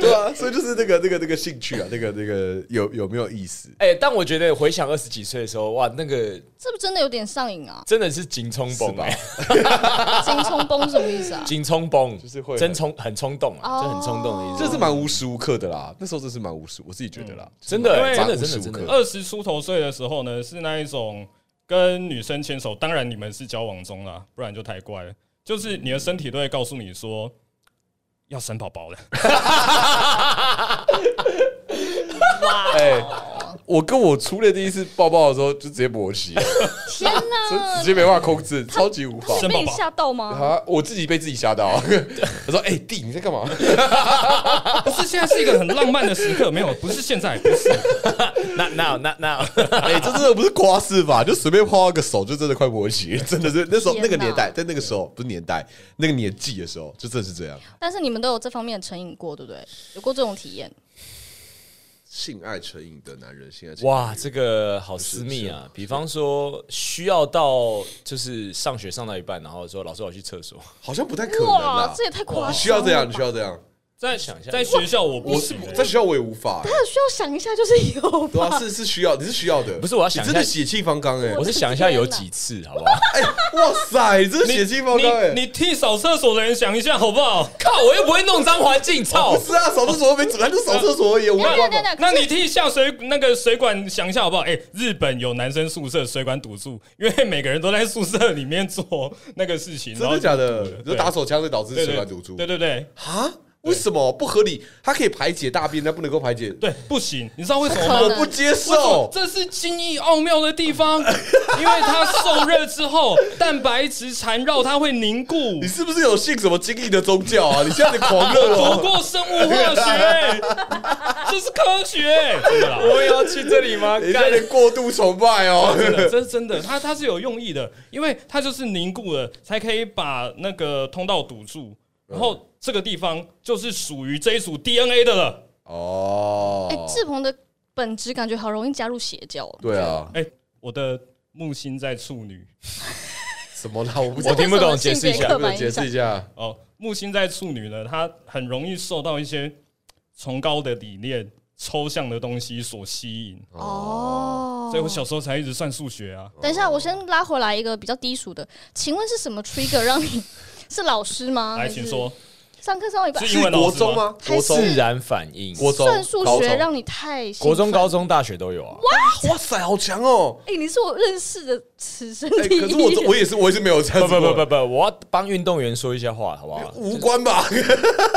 Speaker 1: 对啊，所以就是那个那个那个兴趣啊，那个那个有有没有意思？
Speaker 3: 哎、但我觉得回想二十几岁的时候，哇，那个？
Speaker 2: 是不是真的有点上瘾啊
Speaker 3: 真的是紧冲崩哎，
Speaker 2: 金冲崩什么意思
Speaker 1: [LAUGHS]
Speaker 2: 啊？
Speaker 3: 紧冲崩
Speaker 1: 就是会
Speaker 3: 真冲很冲动啊，
Speaker 2: 哦
Speaker 3: 就很冲动的意思。
Speaker 1: 这是蛮无时无刻的啦，那时候真是蛮无时，我自己觉得啦，
Speaker 3: 真的
Speaker 1: 蛮
Speaker 3: 真的
Speaker 1: 无时
Speaker 3: 真的
Speaker 1: 无刻
Speaker 3: 真的
Speaker 4: 二十出头岁的时候呢，是那一种跟女生牵手，当然你们是交往中啦，不然就太怪了。就是你的身体都会告诉你说要生宝宝了。 [LAUGHS]
Speaker 1: 哎、我跟我初恋第一次抱抱的时候，就直接勃起，啊
Speaker 2: 天
Speaker 1: 就直
Speaker 2: 哪！
Speaker 1: 接没办法控制，超级无法。
Speaker 2: 你被你吓到吗？
Speaker 1: 啊！我自己被自己吓到，我说：“哎、弟，你在干嘛？
Speaker 4: 不是现在是一个很浪漫的时刻，没有，不是现在，不是。
Speaker 3: 那那那那，
Speaker 1: 哎、这真的不是夸饰吧？就随便泡个手，就真的快勃起，真的是那时候
Speaker 2: 天
Speaker 1: 那
Speaker 2: 哪
Speaker 1: 个年代，在那个时候不是年代，那个年纪的时候，就真的是这样。
Speaker 2: 但是你们都有这方面的成瘾过，对不对？有过这种体验？
Speaker 1: 性爱成瘾的男人，性爱成
Speaker 3: 哇，这个好私密啊！比方说，需要到就是上学上到一半，然后说老师我要去厕所，
Speaker 1: 好像不太可能
Speaker 2: 哇
Speaker 1: 啦，。
Speaker 2: 这也太夸张！
Speaker 1: 你需要这样，你需要这样。
Speaker 4: 在
Speaker 3: 想一下
Speaker 4: 在学校我
Speaker 1: 我
Speaker 4: 不
Speaker 1: 是
Speaker 4: 行欸
Speaker 1: 在学校我也无法、欸，
Speaker 2: 那需要想一下，就是有
Speaker 1: 对
Speaker 2: 吧？ [LAUGHS]
Speaker 1: 啊，是是需要，你是需要的。
Speaker 3: 不是我要
Speaker 1: 你
Speaker 3: 想一
Speaker 1: 真
Speaker 3: 下
Speaker 1: 的血气方刚哎、
Speaker 3: 我是想一下有几次，好不 [LAUGHS] 好？
Speaker 1: 哎、哇塞，你真的血气方刚哎！
Speaker 4: 你你替扫厕所的人想一下好不好？
Speaker 3: 靠，我又不会弄脏环境，操
Speaker 1: 不！是啊，扫厕所没阻拦，就扫厕所而已，无
Speaker 2: 等一
Speaker 1: 法
Speaker 2: 下等一下，
Speaker 4: 那
Speaker 2: 可是
Speaker 4: 你替下水那个水管想一下好不好？哎、日本有男生宿舍水管堵住，因为每个人都在宿舍里面做那个事情，
Speaker 1: 真的假
Speaker 4: 然
Speaker 1: 的
Speaker 4: 后就？堵
Speaker 1: 就
Speaker 4: 了
Speaker 1: 打手枪会导致
Speaker 4: 对
Speaker 1: 血管堵住
Speaker 4: 对对对对，
Speaker 1: 啊？为什么不合理？它可以排解大便，但不能够排解，
Speaker 4: 对，不行，你知道为什么
Speaker 2: 不可
Speaker 4: 吗
Speaker 1: 我
Speaker 2: 能？
Speaker 1: 不接
Speaker 4: 为什么
Speaker 1: 受。
Speaker 4: 这是精益奥妙的地方， [LAUGHS] 因为它受热之后，蛋白质缠绕，它会凝固
Speaker 1: 你。是不是有信什么精益的宗教啊？你现在得狂热
Speaker 3: [LAUGHS]
Speaker 4: 读
Speaker 1: 哦。
Speaker 4: 过生物化学，这是科学，真的啦，
Speaker 3: 我也要去这里
Speaker 1: [LAUGHS]
Speaker 3: 吗？
Speaker 1: 你现在得过度崇拜哦。[LAUGHS]
Speaker 4: 真的，这是真的，它它是有用意的，因为它就是凝固了，才可以把那个通道堵住，然后这个地方就是属于这一组 DNA 的了。
Speaker 1: 哦
Speaker 2: 哎、，志鹏的本质感觉好容易加入邪教哦。
Speaker 1: 对啊，
Speaker 4: 哎、我的木星在处女
Speaker 1: 什么啦？我不
Speaker 3: 我听不懂解释一下
Speaker 2: 这是什么性别刻
Speaker 1: 有
Speaker 2: 板
Speaker 1: 解
Speaker 2: 印象
Speaker 1: 释一下。
Speaker 4: 哦，木星在处女呢，它很容易受到一些崇高的理念、抽象的东西所吸引，
Speaker 2: 哦。
Speaker 4: 所以我小时候才一直算数学啊。
Speaker 2: 等一下，我先拉回来一个比较低俗的，请问是什么 trigger 让你是老师吗？
Speaker 4: [LAUGHS] 来，
Speaker 2: 还是
Speaker 4: 请说，
Speaker 2: 上课上到一半
Speaker 4: 是因
Speaker 1: 是
Speaker 4: 为老
Speaker 1: 国
Speaker 4: 师
Speaker 1: 中
Speaker 2: [LAUGHS]
Speaker 1: 吗？
Speaker 2: 还
Speaker 1: 国
Speaker 2: 是
Speaker 1: 中、啊
Speaker 3: 自然反应，
Speaker 1: 国中、
Speaker 2: 算数
Speaker 1: 高
Speaker 2: 学
Speaker 1: 中
Speaker 2: 让你太兴奋
Speaker 3: 国中、高中、大学都有啊。
Speaker 1: 哇哇塞，好强哦！
Speaker 2: 哎、你是我认识的此生
Speaker 1: 哎，
Speaker 2: 第一
Speaker 1: 可是我
Speaker 2: 人。
Speaker 1: 我也是我也是没有这
Speaker 3: 不
Speaker 1: 样子
Speaker 3: 不
Speaker 1: 过
Speaker 3: 不不不，我要帮运动员说一下话，好不好？
Speaker 1: 无关
Speaker 3: [LAUGHS]
Speaker 1: 吧？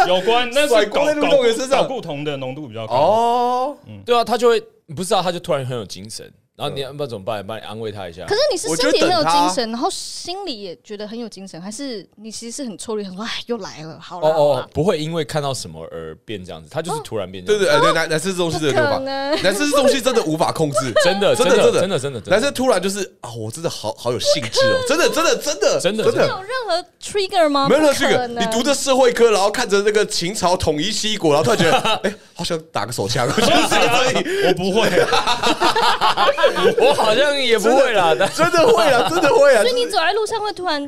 Speaker 4: 有关那
Speaker 1: 甩
Speaker 4: 是
Speaker 1: 锅
Speaker 4: 搞
Speaker 1: 在运动员身上
Speaker 4: 搞固酮的浓度比较高。
Speaker 1: 哦，
Speaker 3: 对啊，他就会不知道，他就突然很有精神，然后你
Speaker 1: 嗯
Speaker 3: 要不知道怎么办？帮你安慰他一下
Speaker 2: 可。是你是
Speaker 1: 我
Speaker 2: 身体
Speaker 1: 就
Speaker 2: 很
Speaker 1: 等
Speaker 2: 有
Speaker 1: 他
Speaker 2: 精神，然后心里也觉得很有精神，还是你其实是很抽离，想说哎又来了，好
Speaker 3: 哦
Speaker 2: 了，好
Speaker 3: 哦
Speaker 2: 啦，
Speaker 3: 不会因为看到什么而变这样子，他就是突然变这
Speaker 1: 对
Speaker 3: 样
Speaker 1: 啊
Speaker 3: 子。
Speaker 1: 对，哎对，男男生这东西真的无
Speaker 2: 不可
Speaker 1: 法，
Speaker 2: 能
Speaker 1: 男生这东西真的无法控制，
Speaker 3: [LAUGHS] 真的
Speaker 1: 真
Speaker 3: 真
Speaker 1: 的
Speaker 3: 的
Speaker 1: 真的
Speaker 3: 真的真的真的
Speaker 1: 男生突然就是啊，我真的好好有兴致哦，真的真的真的
Speaker 3: 真的
Speaker 1: 真
Speaker 3: 真
Speaker 1: 的
Speaker 2: 没
Speaker 3: 的。
Speaker 2: 有任何 trigger 吗？
Speaker 1: 没有
Speaker 2: 不
Speaker 1: 任何这
Speaker 2: 可
Speaker 1: 个，
Speaker 2: 能
Speaker 1: 你读的社会科，然后看着那个秦朝统一西国，然后突然觉得，哎，好想打个手枪， [LAUGHS] 就是这样而已
Speaker 4: 我不会，
Speaker 3: 我好像也不会啦，但
Speaker 1: 真的会啊，真的会啊。
Speaker 2: 所以
Speaker 1: 就
Speaker 2: 你
Speaker 1: 是
Speaker 2: 走在路上会突然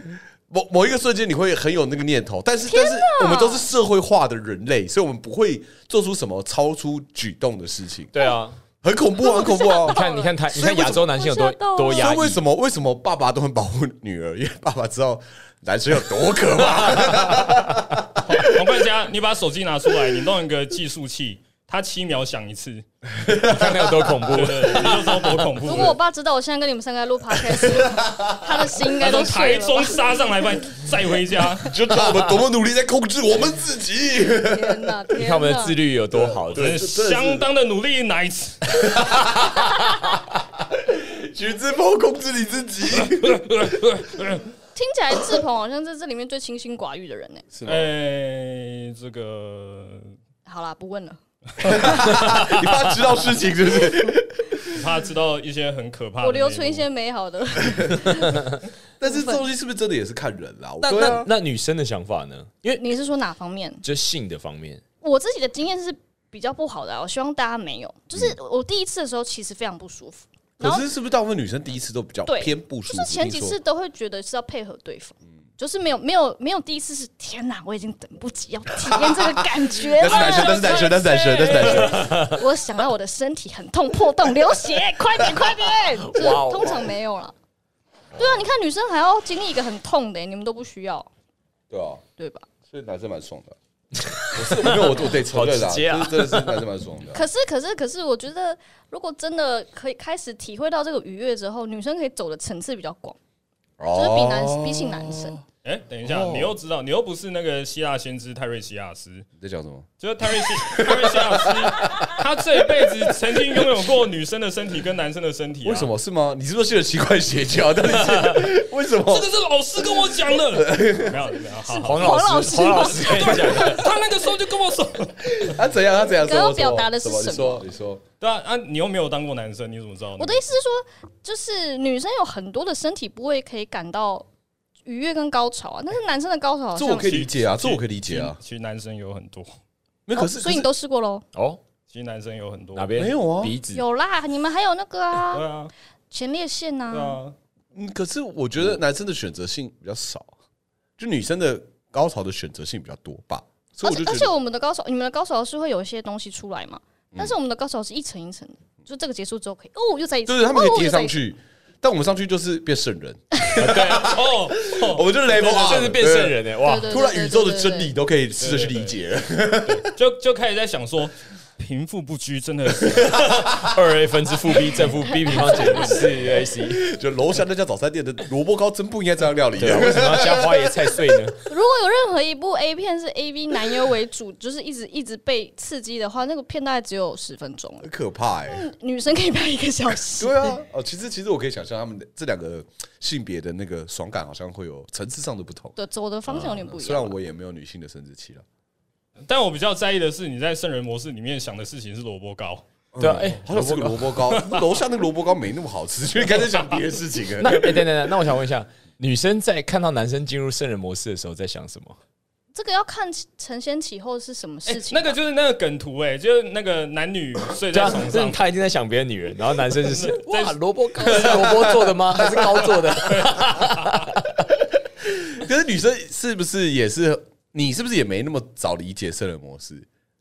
Speaker 1: 某某一个瞬间，你会很有那个念头，但是但是我们都是社会化的人类，所以我们不会做出什么超出举动的事情，
Speaker 3: 对啊，
Speaker 1: 很恐 [LAUGHS] 怖啊，很恐怖啊
Speaker 3: 你！看你看他，你
Speaker 1: 所以
Speaker 3: 看亚洲男性有多
Speaker 2: 我吓到了
Speaker 3: 多
Speaker 1: 所
Speaker 3: 压
Speaker 1: 以为
Speaker 3: 抑。
Speaker 1: 什么为什么爸爸都很保护女儿？因为爸爸知道男生有多可 [LAUGHS] 怕。
Speaker 4: 王冠佳，你把手机拿出来，你弄一个计数器，它七秒响一
Speaker 1: [LAUGHS]
Speaker 4: 次，
Speaker 3: 看他有多恐怖
Speaker 4: 对。对，对你就说多恐怖
Speaker 2: 如果我
Speaker 4: 了。
Speaker 2: 爸知道我现在跟你们三个在录 podcast，他的心应
Speaker 4: 他
Speaker 2: 该
Speaker 4: 从
Speaker 2: 都碎
Speaker 4: 台
Speaker 2: 了
Speaker 4: 中
Speaker 2: 吧。
Speaker 4: 杀上来，把你载回家。
Speaker 1: 你 [LAUGHS] 就知道我们多么努力在控制我们自己。
Speaker 2: 天哪！天
Speaker 3: 你
Speaker 2: 哪
Speaker 3: 看我们的自律有多好，
Speaker 4: 对，
Speaker 3: 对，
Speaker 4: 相当的努力，nice。
Speaker 1: [LAUGHS] 徐志鹏控制你自 [LAUGHS] 己，
Speaker 2: 听起来志鹏好像在这里面最清心寡欲的人呢。
Speaker 1: 是吗？
Speaker 4: 哎，这个
Speaker 2: 好啦，不问了。
Speaker 1: 你爸知道事情是不是？
Speaker 4: 怕知道一些很可怕的内幕。
Speaker 2: 我留存一些美好的， [LAUGHS]
Speaker 1: 但是这东西是不是真的也是看人啦？
Speaker 3: 那
Speaker 1: 对
Speaker 3: 那
Speaker 1: 啊，
Speaker 3: 那女生的想法呢？因为
Speaker 2: 你是说哪方面？
Speaker 3: 就性的方面，
Speaker 2: 我自己的经验是比较不好的、啊，我希望大家没有。就是我第一次的时候，其实非常不舒服，然
Speaker 1: 可
Speaker 2: 后
Speaker 1: 是是不是大部分女生第一次都比较
Speaker 2: 对
Speaker 1: 偏不舒
Speaker 2: 就
Speaker 1: 服？
Speaker 2: 是前几
Speaker 1: 听
Speaker 2: 次
Speaker 1: 说嗯
Speaker 2: 都会觉得是要配合对方，就是没有没有没有第一次是天哪，我已经等不及要体验这个感
Speaker 1: [LAUGHS]
Speaker 2: 觉
Speaker 1: 那是男生，那
Speaker 2: 了。
Speaker 1: 是男生，那是男生，那是男生。
Speaker 2: [LAUGHS] 我想到我的身体很痛，破洞流血，快点快点！就是
Speaker 3: 哇哦
Speaker 2: 通常没有了。对啊，你看女生还要经历一个很痛的、欸你们都不需要，
Speaker 1: 对啊，
Speaker 2: 对吧？
Speaker 1: 所以男生蛮爽的。 [LAUGHS] 我是没有我我得承认啦，
Speaker 3: 好直
Speaker 1: 就
Speaker 3: 接啊
Speaker 1: 是真的是男生蛮爽的。
Speaker 2: 可是，可是，可是，我觉得如果真的可以开始体会到这个愉悦之后，女生可以走的层次比较广， [LAUGHS] 就是比男、比起男生，
Speaker 4: 哎，等一下，
Speaker 1: 哦
Speaker 4: 你又知道，你又不是那个希腊先知泰瑞西亚斯，
Speaker 1: 你在讲什么？
Speaker 4: 就是泰瑞西泰瑞西亚斯，他这一辈子曾经拥有过女生的身体跟男生的身体。啊
Speaker 1: 为什？么是吗？你是不是信了奇怪邪教？到底
Speaker 2: [LAUGHS]
Speaker 1: 是为什
Speaker 4: 这
Speaker 1: 么
Speaker 4: 个？是老师跟我讲的。
Speaker 1: [LAUGHS]
Speaker 4: 没有没有，好好。
Speaker 3: 黄老师，
Speaker 2: 黄
Speaker 3: 黄
Speaker 2: 老
Speaker 3: 老
Speaker 2: 师
Speaker 3: 师跟你讲，
Speaker 4: 他那个时候就跟我说，
Speaker 1: 他怎样？他怎样？
Speaker 2: 刚刚
Speaker 1: 什么
Speaker 2: 表达的是
Speaker 1: 什么？你
Speaker 2: 什么哦
Speaker 1: 说，你说，
Speaker 4: 对啊啊，你又没有当过男生，你怎么知道呢？
Speaker 2: 我的意思是说，就是女生有很多的身体部位可以感到愉悦跟高潮啊，但是男生的高潮好
Speaker 1: 这
Speaker 2: 像
Speaker 1: 我可以
Speaker 4: 其
Speaker 1: 理解啊，
Speaker 4: 其
Speaker 1: 这我可以理解啊。
Speaker 4: 其其实男生有很多，
Speaker 1: 没有可是，
Speaker 2: 哦所以你
Speaker 1: 可
Speaker 2: 都试过喽？
Speaker 3: 哦，
Speaker 4: 其实男生有很多。
Speaker 3: 哪
Speaker 4: 对
Speaker 3: 边
Speaker 1: 没有啊
Speaker 3: 鼻子
Speaker 2: 有啦，你们还有那个啊，
Speaker 4: 啊，
Speaker 2: 前列腺
Speaker 4: 对
Speaker 2: 呐、
Speaker 4: 啊，
Speaker 1: 是嗯，可是我觉得男生的选择性比较少，就女生的高潮的选择性比较多吧。所
Speaker 2: 而
Speaker 1: 以我
Speaker 2: 且
Speaker 1: 就
Speaker 2: 而
Speaker 1: 觉
Speaker 2: 且
Speaker 1: 得，
Speaker 2: 我们的高潮，你们的高潮是会有一些东西出来嘛？但
Speaker 1: 嗯
Speaker 2: 是我们的高潮是一层一层的，就这个结束之后可以哦，又再一次，
Speaker 1: 就是他们可以贴上
Speaker 2: 哦。
Speaker 1: 去，但我们上去就是变圣人，
Speaker 4: 对啊，
Speaker 1: [LAUGHS]
Speaker 4: 哦，
Speaker 1: 我们就 level
Speaker 3: 甚
Speaker 1: up，
Speaker 3: 至变圣
Speaker 1: 欸
Speaker 3: 人哎，
Speaker 2: 又再
Speaker 3: 哇
Speaker 2: 一次对对对对对
Speaker 1: 对。突然宇宙的
Speaker 2: 对对
Speaker 1: 真
Speaker 2: 对
Speaker 1: 理都可以试着去理解，
Speaker 4: 就就开始在想说，贫富不居真的是
Speaker 3: 二 a 分之负 b 正负 b 平方减四 a c，
Speaker 1: 就楼下那家早餐店的萝卜糕真不应该这样料理
Speaker 3: 对，
Speaker 1: 啊。
Speaker 3: 为什么要加花椰菜碎呢？
Speaker 2: 如果有任何一部 A 片是 A V 男优为主， [LAUGHS] 就是一直一直被刺激的话，那个片大概只有十分钟了
Speaker 1: 很，可怕哎、
Speaker 3: [LAUGHS]
Speaker 1: 欸，
Speaker 2: 女生可以拍一个小
Speaker 1: [LAUGHS]
Speaker 2: 时。
Speaker 1: 对啊，哦，其实其实我可以想象他们的这两个性别的那个爽感好像会有层次上的不同。
Speaker 2: 对，走的方向有点不一
Speaker 1: 虽
Speaker 2: 样啊
Speaker 1: 然
Speaker 2: 吧。
Speaker 1: 我也没有女性的生殖器了，
Speaker 4: 但我比较在意的是，你在圣人模式里面想的事情是萝卜糕。
Speaker 3: 对啊，哎，
Speaker 1: 哦好想吃个萝卜
Speaker 3: [LAUGHS]
Speaker 1: 糕，楼下那个萝卜糕没那么好吃， [LAUGHS] 就应该在想别的事情
Speaker 3: 那
Speaker 1: 哎。
Speaker 3: 哎，等等等，那我想问一下， [LAUGHS] 女生在看到男生进入圣人模式的时候，在想什么？
Speaker 2: 这个要看承先启后是什么
Speaker 4: 哎
Speaker 2: 事情啊、
Speaker 4: 那个就是那个梗图，哎，就是那个男女睡
Speaker 3: 对
Speaker 4: 在
Speaker 3: 啊
Speaker 4: 床，
Speaker 3: 就是
Speaker 4: 上，
Speaker 3: 他一定在想别的女人，然后男生 [LAUGHS] 就是
Speaker 4: 在
Speaker 3: 哇，萝卜糕是萝卜做的吗？ [LAUGHS] 还是糕做的？
Speaker 1: [LAUGHS] 可是女生是不是也是你是不是也没那么早理解圣人模式，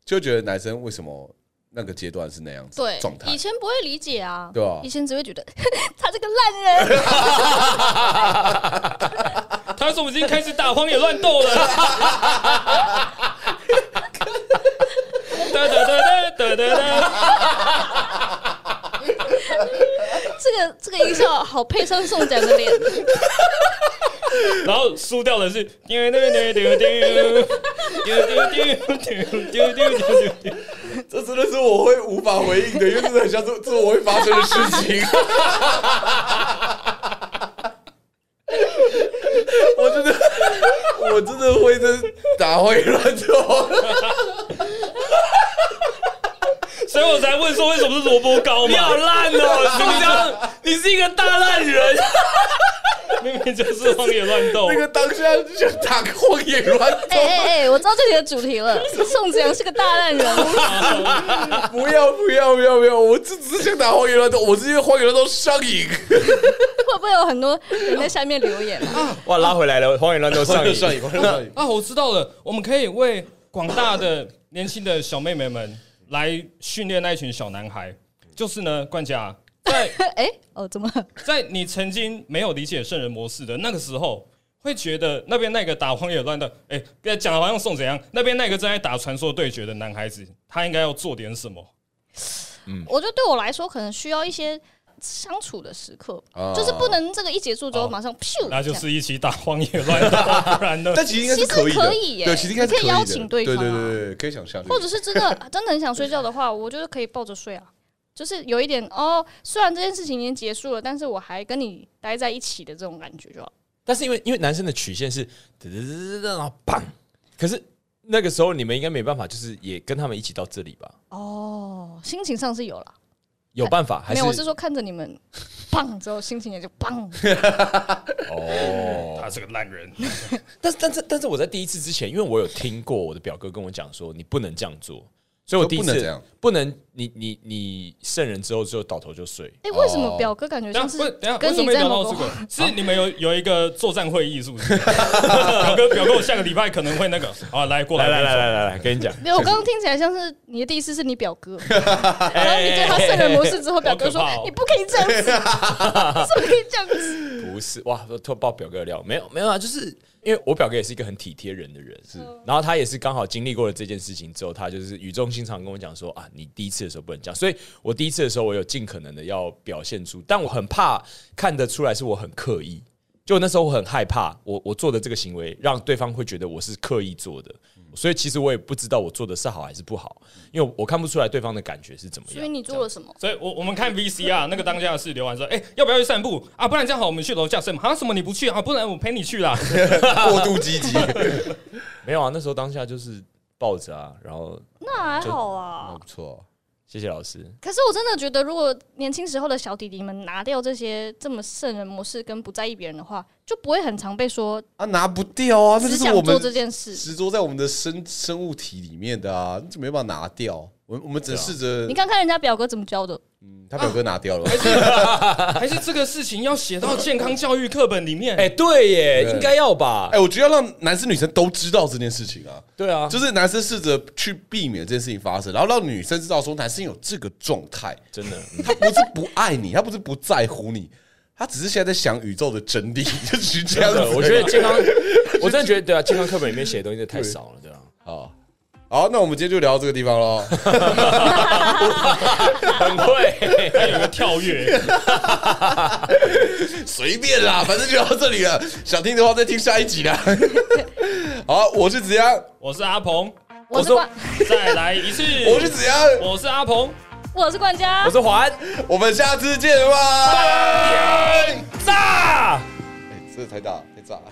Speaker 1: 就觉得男生为什么那个阶段是那样子
Speaker 2: 对
Speaker 1: 状态
Speaker 2: 以？前不会理解啊，
Speaker 1: 对啊
Speaker 2: 以前只会觉得 [LAUGHS] 他这个烂人， [LAUGHS]
Speaker 4: 他说我们已经开始打荒野乱斗了。哒哒哒哒哒哒
Speaker 2: 这个这个音效好配上宋展的
Speaker 1: [LAUGHS]
Speaker 2: 脸，
Speaker 4: 然后输掉的是丢丢丢丢丢丢丢丢丢丢丢，
Speaker 1: 这真的是我会无法回应的，因为真的很像是这我会发生的事情。我真的，我真的会真打会乱斗。
Speaker 4: 所以我才问说为什么是萝卜糕嘛？
Speaker 3: 烂哦，
Speaker 4: [LAUGHS]
Speaker 3: 宋江，你是一个大烂人。
Speaker 4: 明明就是荒野乱斗
Speaker 1: 那。个当下就想打个荒野乱
Speaker 2: 哎哎哎，我知道这里的主题了，宋子阳是个大烂人， [LAUGHS]
Speaker 1: 斗，不要不要不要不要！我只只想打荒野乱斗，我是因为荒野乱斗上瘾。
Speaker 2: 会不会有很多人在下面留言
Speaker 1: [LAUGHS]
Speaker 2: 啊？
Speaker 3: 哇，拉回来了，荒野乱斗上瘾，
Speaker 1: 上瘾荒野上
Speaker 2: [LAUGHS]
Speaker 1: 瘾
Speaker 4: 啊，我知道了，我们可以为广大的年轻的小妹妹们来训练那一群小男孩，就是呢，冠家，在 [LAUGHS]
Speaker 2: 哎、哦，怎么了？
Speaker 1: 嗯
Speaker 4: 在你曾经没有理解圣人模式的那个时候，会觉得那边那个打荒野乱斗，哎、讲的好像宋怎样，那边那个正在打传说对决的男孩子，他应该要做点什么？
Speaker 2: 我觉得对我来说，可能需要一些相处的时刻，
Speaker 1: 啊
Speaker 2: 就是不能这个一结束之后
Speaker 4: 哦
Speaker 2: 马上咻，
Speaker 4: 那就
Speaker 2: 这样
Speaker 4: 是一起打荒野乱
Speaker 2: [LAUGHS]
Speaker 4: 斗，不然呢？
Speaker 1: 但其实应该是以的，
Speaker 2: 其实可以耶
Speaker 1: 对，其实应该是以的
Speaker 2: 你可以邀请
Speaker 1: 对
Speaker 2: 对方啊
Speaker 1: 对对对，对可以想象。
Speaker 2: 或者是真的 [LAUGHS] 真的很想睡觉的话，我就是可以抱着睡啊。就是有一点哦，虽然这件事情已经结束了，但是我还跟你待在一起的这种感觉就好。
Speaker 3: [LAUGHS] 但是因为因为男生的曲线是噔噔噔噔，然后砰，可是那个时候你们应该没办法，就是也跟他们一起到这里吧？
Speaker 2: 哦，心情上是有啦，
Speaker 3: 有办法还
Speaker 2: 没
Speaker 3: 是
Speaker 2: 有，我是说看着你 [LAUGHS] 们砰之后，心情也就砰。
Speaker 3: 哦
Speaker 4: 他啊是个烂人，
Speaker 3: 但是但是但是我在第一次之前，因为我有听过我的表哥跟我讲说，你不能这样做，所以我第一
Speaker 1: 说不能这
Speaker 3: 次
Speaker 2: [LAUGHS]
Speaker 1: 样
Speaker 3: 不能你你你圣人之后之后倒头就睡，
Speaker 2: [LAUGHS] 哎、为什么表哥感觉
Speaker 4: 哦等
Speaker 2: 像
Speaker 4: 一
Speaker 2: 是
Speaker 4: 下，为等一下，为
Speaker 2: 跟
Speaker 4: 什么
Speaker 2: 你
Speaker 4: 没
Speaker 2: 在
Speaker 4: 聊
Speaker 2: 某
Speaker 4: 到这
Speaker 2: 个？
Speaker 4: 个？是你们有有一个作战会议是
Speaker 2: [LAUGHS]
Speaker 4: 不是？表哥，表哥，我下个礼拜可能会那个啊，来过来
Speaker 3: 来来来，来来来，跟你讲，
Speaker 2: 没有，我刚刚听起来像是你的第一次是你表哥，然后你对他圣人模式之后，
Speaker 4: [LAUGHS]
Speaker 2: 表哥说
Speaker 4: 好可怕哦
Speaker 2: 你不可以这样子， [LAUGHS] 怎么可以这样子？
Speaker 3: 不是哇，我突然爆表哥的料，没有没有啊，就是因为我表哥也是一个很体贴人的人，是，然后他也是刚好经历过了这件事情之后，他就是语重心长跟我讲说啊，你第一次的时候不能这样，所以我第一次的时候我有尽可能的要表现出，但我很怕看得出来是我很刻意，就那时候我很害怕，我我做的这个行为让对方会觉得我是刻意做的，
Speaker 2: 嗯
Speaker 3: 所以其实我也不知道我做的是好还是不好，因为我看不出来对方的感觉是怎么样，
Speaker 2: 所以你
Speaker 3: 这
Speaker 2: 做
Speaker 3: 样
Speaker 2: 了什么？
Speaker 4: 所以我我们看 VCR 那个当家的是刘涵说，哎、要不要去散步啊？不然这样好，我们去楼下散步啊？什么你不去啊？不然我陪你去啦。 [LAUGHS]
Speaker 1: 过度积极，
Speaker 3: 没有啊，那时候当下就是抱着啊，然后
Speaker 2: 那还好啊，
Speaker 1: 不错。
Speaker 3: 谢谢老师。
Speaker 2: 可是我真的觉得，如果年轻时候的小弟弟们拿掉这些这么圣人模式跟不在意别人的话，就不会很常被说
Speaker 1: 啊，拿不掉啊，那就
Speaker 2: 只
Speaker 1: 是
Speaker 2: 想
Speaker 1: 我
Speaker 2: 做
Speaker 1: 们
Speaker 2: 这件事。
Speaker 1: 执着在我们的生生物体里面的啊，就没办法拿掉。我们我们只试着
Speaker 2: 你，看看人家表哥怎么教的，
Speaker 1: 嗯他表哥拿掉了，
Speaker 2: 啊
Speaker 4: 还是这个事情要写到健康教育课本里
Speaker 3: [LAUGHS]
Speaker 4: 面？
Speaker 3: 哎、对耶，
Speaker 1: 对
Speaker 3: 应该要吧？
Speaker 1: 哎，我觉得要让男生女生都知道这件事情啊，
Speaker 3: 对啊，
Speaker 1: 就是男生试着去避免这件事情发生，然后让女生知道说男生有这个状态，
Speaker 3: 真的，嗯
Speaker 1: 他不是不爱你，他不是不在乎你，他只是现在在想宇宙的真理， [LAUGHS] 就只是这样
Speaker 3: 真的
Speaker 1: 子。
Speaker 3: 我觉得健康，我真的觉得对啊，健康课本里面写的东西真的太少了，对啊。
Speaker 1: 好，好，那我们今天就聊到这个地方喽。
Speaker 3: 很 [LAUGHS] 会。
Speaker 4: 还有一个跳跃，
Speaker 1: 随便啦，反正就到这里了。想听的话再听下一集啦。好，我是子阳，
Speaker 4: 我是阿鹏，
Speaker 2: 我是
Speaker 3: 我说
Speaker 2: 冠，
Speaker 4: 再来一次，
Speaker 1: 我是子阳，
Speaker 4: 我是阿鹏，
Speaker 2: 我是冠家，
Speaker 3: 我是环，
Speaker 1: 我们下次见吧。
Speaker 3: 炸！
Speaker 1: 哎这太大，太炸了。